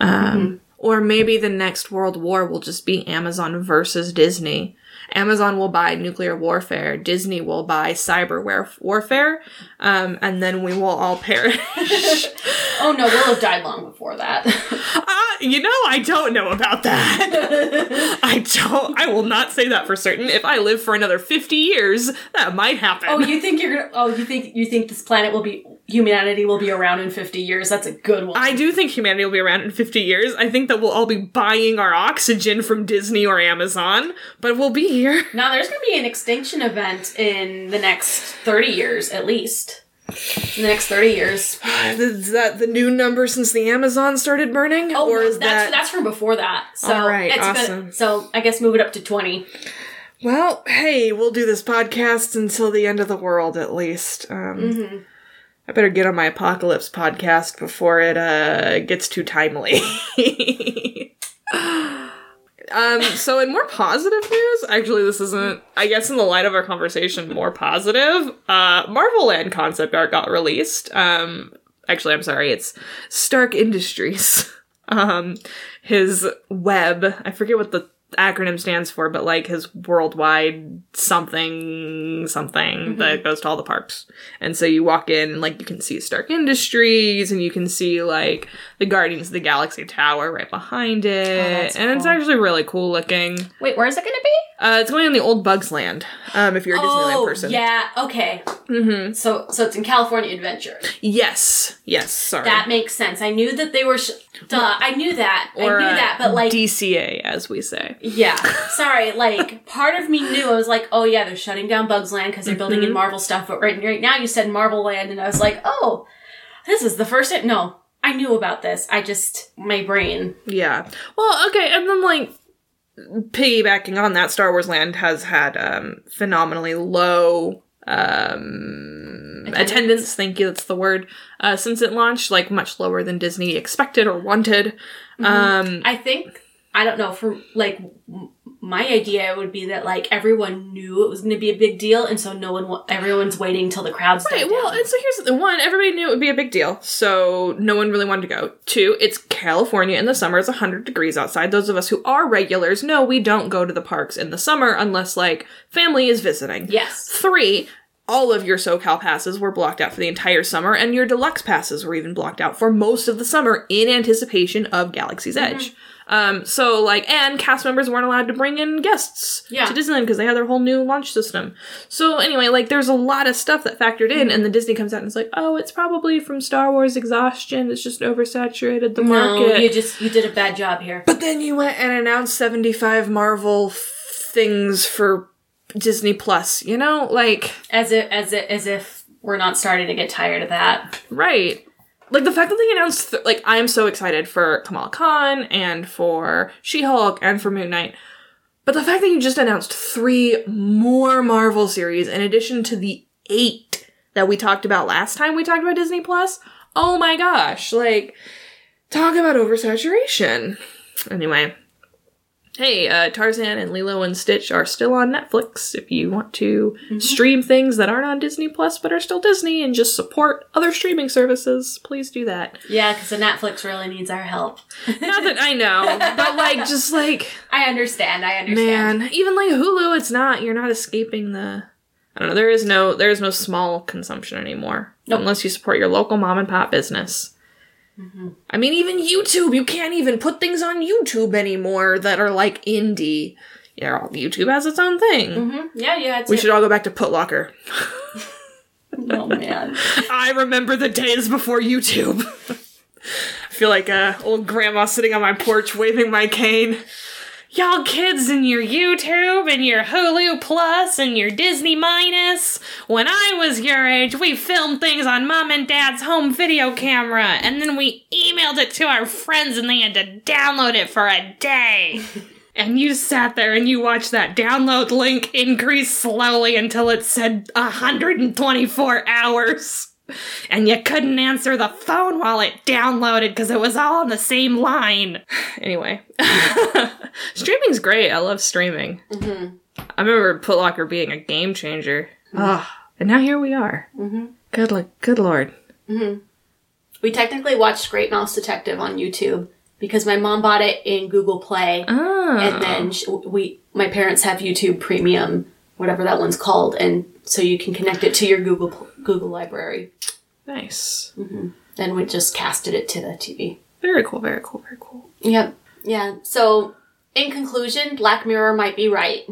Um, Or maybe the next world war will just be Amazon versus Disney. Amazon will buy nuclear warfare, Disney will buy cyber war- warfare, um, and then we will all perish.
Oh no, we'll have died long before that.
Uh, you know, I don't know about that. I don't. I will not say that for certain. If I live for another fifty years, that might happen.
oh, you think you're gonna? Oh, you think you think this planet will be humanity will be around in fifty years? That's a good one.
I do think humanity will be around in fifty years. I think that we'll all be buying our oxygen from Disney or Amazon, but we'll be here.
now there's gonna be an extinction event in the next thirty years at least. In the next thirty years.
Is that the new number since the Amazon started burning,
Oh,
or is
that's
that
that's from before that. So
All right,
it's
awesome.
been, so I guess move it up to twenty.
Well, hey, we'll do this podcast until the end of the world, at least. Um, I better get on my apocalypse podcast before it uh, gets too timely. um, so, in more positive news, actually, this isn't. I guess in the light of our conversation, more positive. Uh, Marvel Land concept art got released. Um, actually, I'm sorry, it's Stark Industries. um, his web. I forget what the acronym stands for, but like his worldwide something something
Mm-hmm.
that goes to all the parks. And so you walk in and like you can see Stark Industries and you can see like the Guardians of the Galaxy Tower right behind it.
Oh, that's
and it's
cool.
actually really cool looking.
Wait, where is it gonna be?
Uh, it's going on the old Bugs Land. Um, if you're a Disneyland
Oh,
person.
yeah. Okay.
Mm-hmm.
So so it's in California Adventure.
Yes. Yes. Sorry.
That makes sense. I knew that they were. Sh- Duh. I knew that.
or
I knew
uh,
that. But like,
DCA, as we say.
yeah. Sorry. Like, part of me knew. I was like, oh yeah, they're shutting down Bugs Land because they're building
Mm-hmm.
in Marvel stuff. But right, right now, you said Marvel Land, and I was like, oh, this is the first. It- no, I knew about this. I just my brain.
Yeah. Well, okay, and then like piggybacking on that, Star Wars Land has had um phenomenally low um attendance,
Attendance.
thank you, that's the word, uh since it launched, like much lower than Disney expected or wanted. Um
I think I don't know. For like, m- my idea would be that like everyone knew it was going to be a big deal, and so no one, wa- everyone's waiting till the crowds. die
Right, well,
down.
and so here's the one, everybody knew it would be a big deal, so no one really wanted to go. Two, it's California in the summer, it's 100 degrees outside. Those of us who are regulars know we don't go to the parks in the summer unless, like, family is visiting.
yes.
Three, all of your SoCal passes were blocked out for the entire summer, and your deluxe passes were even blocked out for most of the summer in anticipation of Galaxy's
Mm-hmm.
Edge. Um, so like, and cast members weren't allowed to bring in guests
Yeah.
to Disneyland because they had their whole new launch system. So anyway, like, there's a lot of stuff that factored
Mm-hmm.
in, and then Disney comes out and is like, oh, it's probably from Star Wars exhaustion. It's just oversaturated the
No,
market.
you just you did a bad job here.
But then you went and announced 75 Marvel f- things for Disney Plus, you know? Like,
As if as if, as if we're not starting to get tired of that.
right. Like, the fact that they announced, th- like, I am so excited for Kamala Khan and for She Hulk and for Moon Knight. But the fact that you just announced three more Marvel series in addition to the eight that we talked about last time we talked about Disney Plus, oh my gosh. Like, talk about oversaturation. Anyway. Hey, uh, Tarzan and Lilo and Stitch are still on Netflix. If you want to stream things that aren't on Disney Plus but are still Disney and just support other streaming services, please do that.
Yeah, because the Netflix really needs our help.
Not that I know, but like, just like,
I understand. I understand.
man, even like Hulu, it's not. You're not escaping the. I don't know. There is no. There is no small consumption anymore
Nope.
unless you support your local mom and pop business. I mean, even YouTube. You can't even put things on YouTube anymore that are like indie. Yeah, all- YouTube has its own thing.
hmm Yeah, yeah. It's
We
it.
should all go back to Putlocker.
Oh man.
I remember the days before YouTube. I feel like a old grandma sitting on my porch waving my cane. Y'all kids and your YouTube and your Hulu Plus and your Disney Minus. When I was your age, we filmed things on mom and dad's home video camera and then we emailed it to our friends and they had to download it for a day. and you sat there and you watched that download link increase slowly until it said 124 hours. And you couldn't answer the phone while it downloaded because it was all on the same line. Anyway, streaming's great. I love streaming.
Mhm.
I remember Putlocker being a game changer. Ah, and now here we are.
Mhm.
Good, lo- good lord.
We technically watched Great Mouse Detective on YouTube because my mom bought it in Google Play,
Oh.
and then sh we my parents have YouTube Premium, whatever that one's called, and so you can connect it to your Google Pl- Google Library.
nice.
Then we just casted it to the TV.
Very cool, very cool, very cool.
Yep. Yeah. So in conclusion, Black Mirror might be right.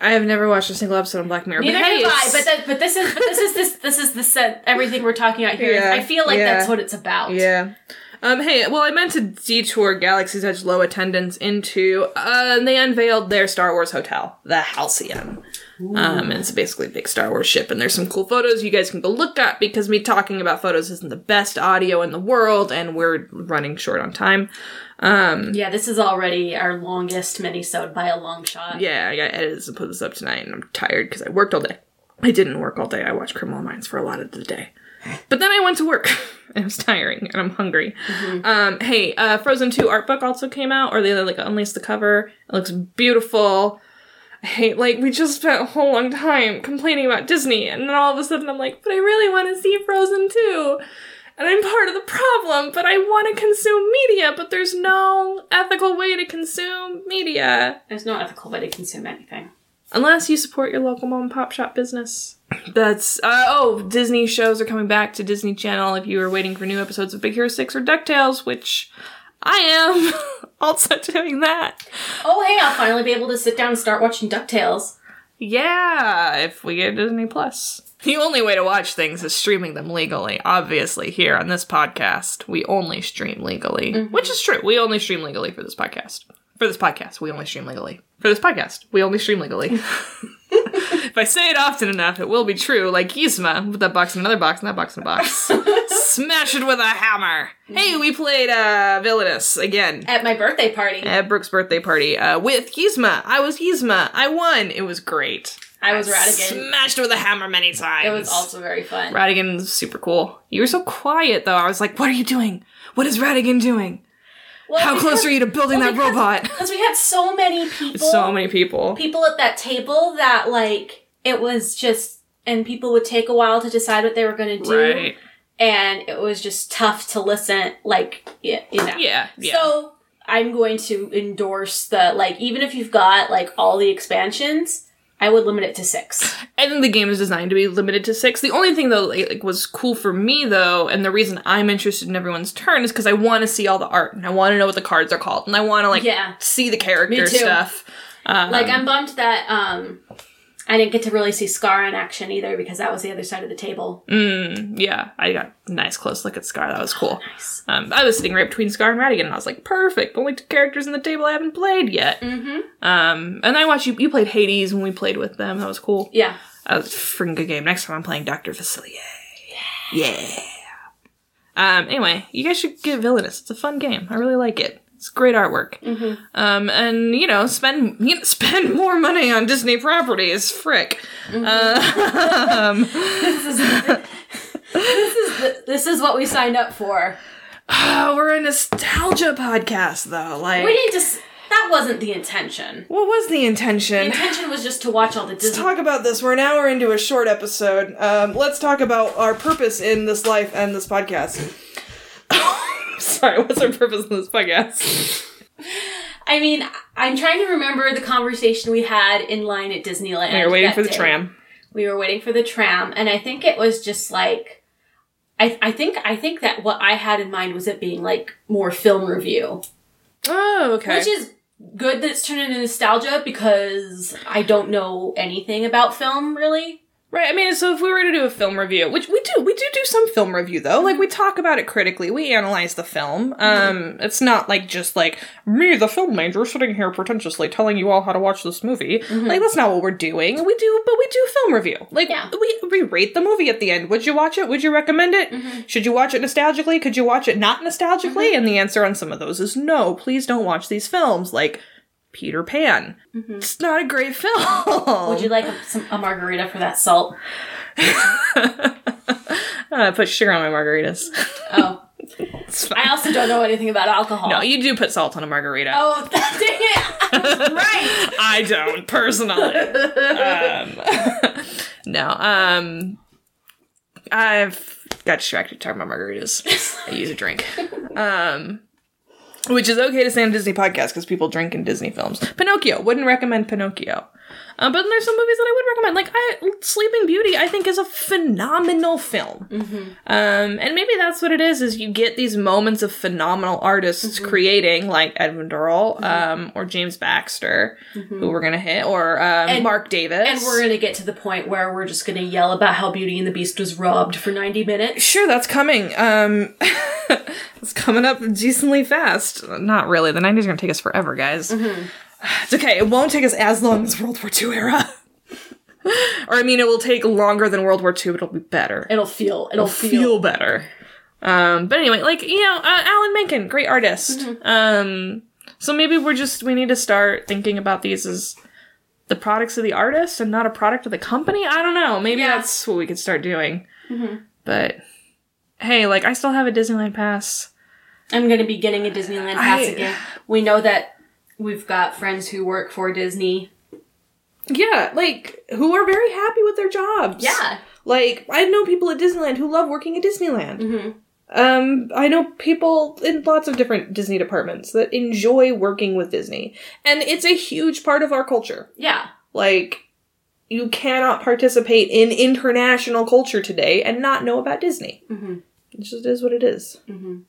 I have never watched a single episode of Black Mirror.
Neither
but hey,
have I.
it's-
But that, but this is but this is this this is the set everything we're talking about here.
Yeah,
I feel like
yeah.
that's what it's about.
Yeah. Um, hey, well, I meant to detour Galaxy's Edge low attendance into. Uh, they unveiled their Star Wars hotel, the Halcyon. Um, and it's basically a big Star Wars ship, and there's some cool photos you guys can go look at because me talking about photos isn't the best audio in the world, and we're running short on time.
Yeah, this is already our longest minisode by a long shot.
Uh, Yeah, I got edits and put this up tonight, and I'm tired because I worked all day. I didn't work all day. I watched Criminal Minds for a lot of the day. But then I went to work. and it was tiring, and I'm hungry. Um, hey, uh, Frozen 2 art book also came out, or they like unleashed the cover. It looks beautiful. I hate, like, we just spent a whole long time complaining about Disney, and then all of a sudden I'm like, but I really want to see Frozen 2. And I'm part of the problem, but I want to consume media, but there's no ethical way to consume media.
There's no ethical way to consume anything.
Unless you support your local mom and pop shop business. That's uh, oh, Disney shows are coming back to Disney Channel if you are waiting for new episodes of Big Hero 6 or DuckTales, which I am also doing that.
Oh hey, I'll finally be able to sit down and start watching DuckTales.
Yeah, if we get Disney Plus. The only way to watch things is streaming them legally. Obviously, here on this podcast, we only stream legally, which is true. We only stream legally for this podcast. For this podcast, we only stream legally. For this podcast, we only stream legally. if I say it often enough, it will be true. Like Yzma, with that box in another box and that box in a box. Smash it with a hammer. Hey, we played uh, Villainous again
At my birthday party,
at Brooke's birthday party uh, with Yzma. I was Yzma. I won. It was great.
I was Radigan.
Smashed with a hammer many times.
It was also very fun.
Radigan is super cool. You were so quiet though. I was like, what are you doing? What is Radigan doing?
Well,
How close are you to building that
because-
robot?
Because we had so many people.
So many people.
people at that table that like it was just and people would take a while to decide what they were going to do
Right.
and it was just tough to listen like y- you know
Yeah. Yeah.
so i'm going to endorse the like even if you've got like all the expansions i would limit it to six
I think the game is designed to be limited to six. The only thing though, like, like, was cool for me though, and the reason I'm interested in everyone's turn is because I want to see all the art and I want to know what the cards are called and I want to like
Yeah.
see the character
Me too.
stuff. Um,
like i'm bummed that um i didn't get to really see scar in action either because that was the other side of the table
mm, yeah, I got a nice close look at Scar. That was cool.
Oh, nice
Um, I was sitting right between Scar and Radigan, and I was like, perfect. Only two characters in the table I haven't played yet.
mm-hmm
Um, and I watched you. You played Hades when we played with them. That was cool.
yeah
That was a freaking good game. Next time I'm playing Dr. Facilier. Yeah. Um, anyway, you guys should get Villainous. It's a fun game. I really like it. It's great artwork.
Mm-hmm.
Um, and you know, spend you know, spend more money on Disney properties. Frick. Um,
Th- this is what we signed up for
oh, we're a nostalgia podcast though. Like,
we didn't just that wasn't the intention
what was the
The
intention?
intention was just to watch all the Disney.
talk about this. We're an hour into a short episode. Um, let's talk about our purpose in this life and this podcast. Sorry, what's our purpose in this podcast?
I mean, I'm trying to remember the conversation we had in line at Disneyland.
We are waiting
that
for the
day.
tram.
We were waiting for the tram, and I think it was just like, I, I think I think that what I had in mind was it being like more film review,
Oh, okay.
which is good that it's turned into nostalgia because I don't know anything about film really.
right. I mean, so if we were to do a film review, which we do, we do do some film review though. Like we talk about it critically. We analyze the film. Um, it's not like just like me, the film major, sitting here pretentiously telling you all how to watch this movie. Like that's not what we're doing. We do, but we do film review. Like
Yeah.
we, we rate the movie at the end. Would you watch it? Would you recommend it?
Mm-hmm.
Should you watch it nostalgically? Could you watch it not nostalgically? And the answer on some of those is no. Please don't watch these films. Like Peter Pan. It's not a great film.
Mm-hmm. Would you like a, some, a margarita for that salt?
I put sugar on my margaritas.
Oh,
It's fine.
I also don't know anything about alcohol.
No, you do put salt on a margarita.
oh, dang it! I was right.
I don't personally. um, no, um, I've got distracted talking about margaritas. I use a drink. Um, Which is okay to say on a Disney podcast because people drink in Disney films. Pinocchio wouldn't recommend Pinocchio, uh, but there's some movies that I would recommend. Like I, Sleeping Beauty, I think is a phenomenal film,
Mm-hmm.
um, and maybe that's what it is: is you get these moments of phenomenal artists
Mm-hmm.
creating, like Edmund Durrell um, or James Baxter, who we're gonna hit, or um, Mark Davis,
Mm-hmm. And we're gonna get to the point where we're just gonna yell about how Beauty and the Beast was robbed for ninety minutes.
Sure, that's coming. Um, it's coming up decently fast. Not really. The 90s are going to take us forever, guys. It's okay. It won't take us as long as World War II era. or, I mean, it will take longer than World War II, but it'll be better.
It'll feel. It'll
It'll
feel.
feel better. Um, but anyway, like, you know, uh, Alan Menken, great artist. Um, so maybe we're just, we need to start thinking about these as the products of the artist and not a product of the company. I don't know. Maybe
Yeah.
that's what we could start doing. Mm-hmm. But hey, like I still have a Disneyland pass.
I'm gonna be getting a Disneyland pass
I-
again. We know that we've got friends who work for Disney.
Yeah, like who are very happy with their jobs. Like I know people at Disneyland who love working at Disneyland.
Mm-hmm.
Um, I know people in lots of different Disney departments that enjoy working with Disney, and it's a huge part of our culture.
Yeah.
Like, you cannot participate in international culture today and not know about Disney.
Mhm.
It just is what it is.
Mhm.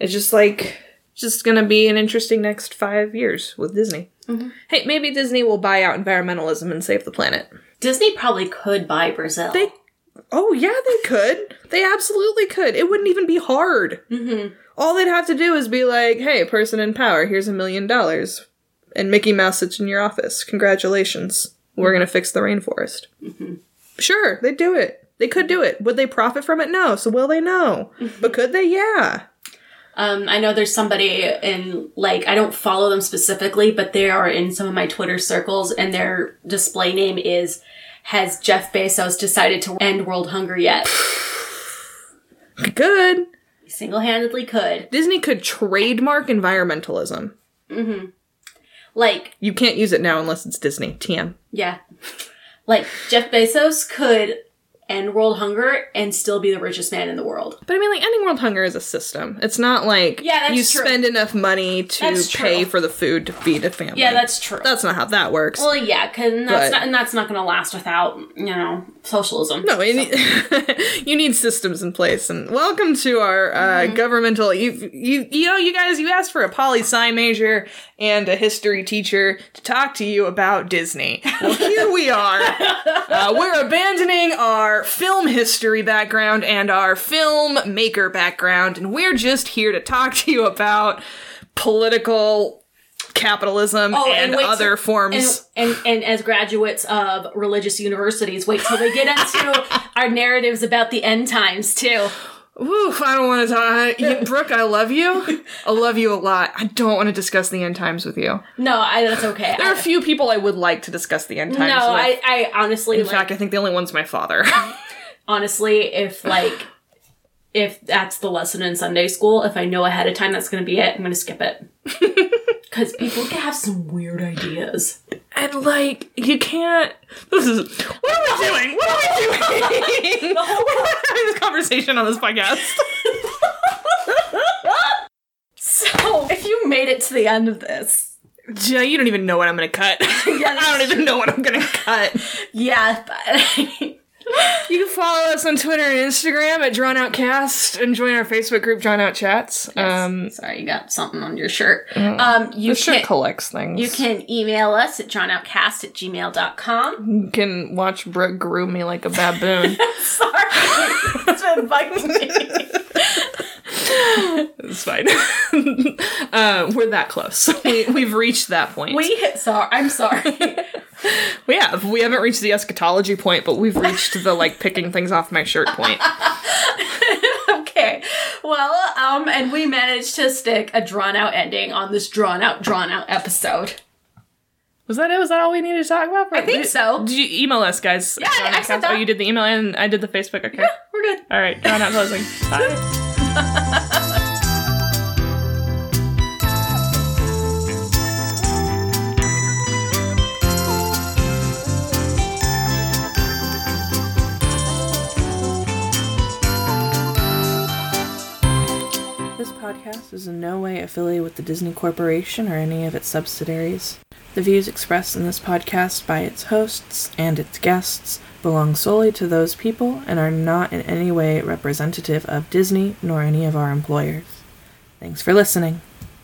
It's just like just gonna be an interesting next five years with Disney.
Mhm.
Hey, maybe Disney will buy out environmentalism and save the planet.
Disney probably could buy Brazil.
They, oh yeah, they could. They absolutely could. It wouldn't even be hard.
Mhm.
All they'd have to do is be like, "Hey, person in power, here's a million dollars, and Mickey Mouse sits in your office. Congratulations, we're gonna fix the rainforest." Sure, they'd do it. They could do it. Would they profit from it? No. So will they? No. But could they? Yeah.
Um, I know there's somebody in like I don't follow them specifically, but they are in some of my Twitter circles, and their display name is "Has Jeff Bezos decided to end world hunger yet?"
Good.
He Single-handedly could.
Disney could trademark environmentalism.
Like,
You can't use it now unless it's Disney. TM.
yeah, like Jeff Bezos could end world hunger and still be the richest man in the world.
But I mean, like, ending world hunger is a system. It's not like
Yeah, that's
you
true.
spend enough money to
That's
pay
true.
for the food to feed a family.
Yeah, that's true.
that's not how that works.
well, yeah, 'cause that's
But-
not, and that's not going to last without you know socialism.
no, you need, you need systems in place. And welcome to our uh,
Mm-hmm.
governmental. You, you, you know, you guys, you asked for a poli sci major and a history teacher to talk to you about Disney. Well, here we are. Uh, we're abandoning our film history background and our film maker background, and we're just here to talk to you about political capitalism
Oh,
and,
wait
other
till-
forms.
And, and and as graduates of religious universities, wait till they get into our narratives about the end times too.
Oof, I don't want to talk. You, Brooke, I love you. I love you a lot. I don't want to discuss the end times with you.
No, I, that's okay.
There are a
I-
few people I would like to discuss the end times
no,
with.
I, I honestly,
In
like,
fact, I think the only one's my father.
honestly, if like, if that's the lesson in Sunday school, if I know ahead of time that's going to be it, I'm going to skip it because people can have some weird ideas.
and, like, you can't. This is. What are we doing? What are we doing? We're having this conversation on this podcast.
So if you made it to the end of this,
Jay, you don't even know what I'm going to cut.
that's
I don't even know what I'm going to cut.
yeah, but-
You can follow us on Twitter and Instagram at Drawn Out Cast and join our Facebook group, Drawn Out Chats. Um,
sorry, you got something on your shirt. Um, you
the shirt
can't-
collects things.
You can email us at johnoutcast at gmail.com.
You can watch Brooke groom me like a baboon.
Sorry. it's been bugging me.
it's fine. uh, we're that close. We, we've reached that point.
We hit sorry. I'm sorry.
we have. We haven't reached the eschatology point, but we've reached the like picking things off my shirt point.
okay. Well, um, and we managed to stick a drawn out ending on this drawn out, drawn out episode.
Was that it? Was that all we needed to talk about?
I think so.
Did you email us, guys? Yeah,
I- I said
Oh,
that.
you did the email and I did the Facebook. Okay.
We're good.
All right. Drawn out closing. Bye. This podcast is is in no way affiliated with the Disney Corporation or any of its subsidiaries. The views expressed in this podcast by its hosts and its guests belong solely to those people and are not in any way representative of Disney nor any of our employers. Thanks for listening.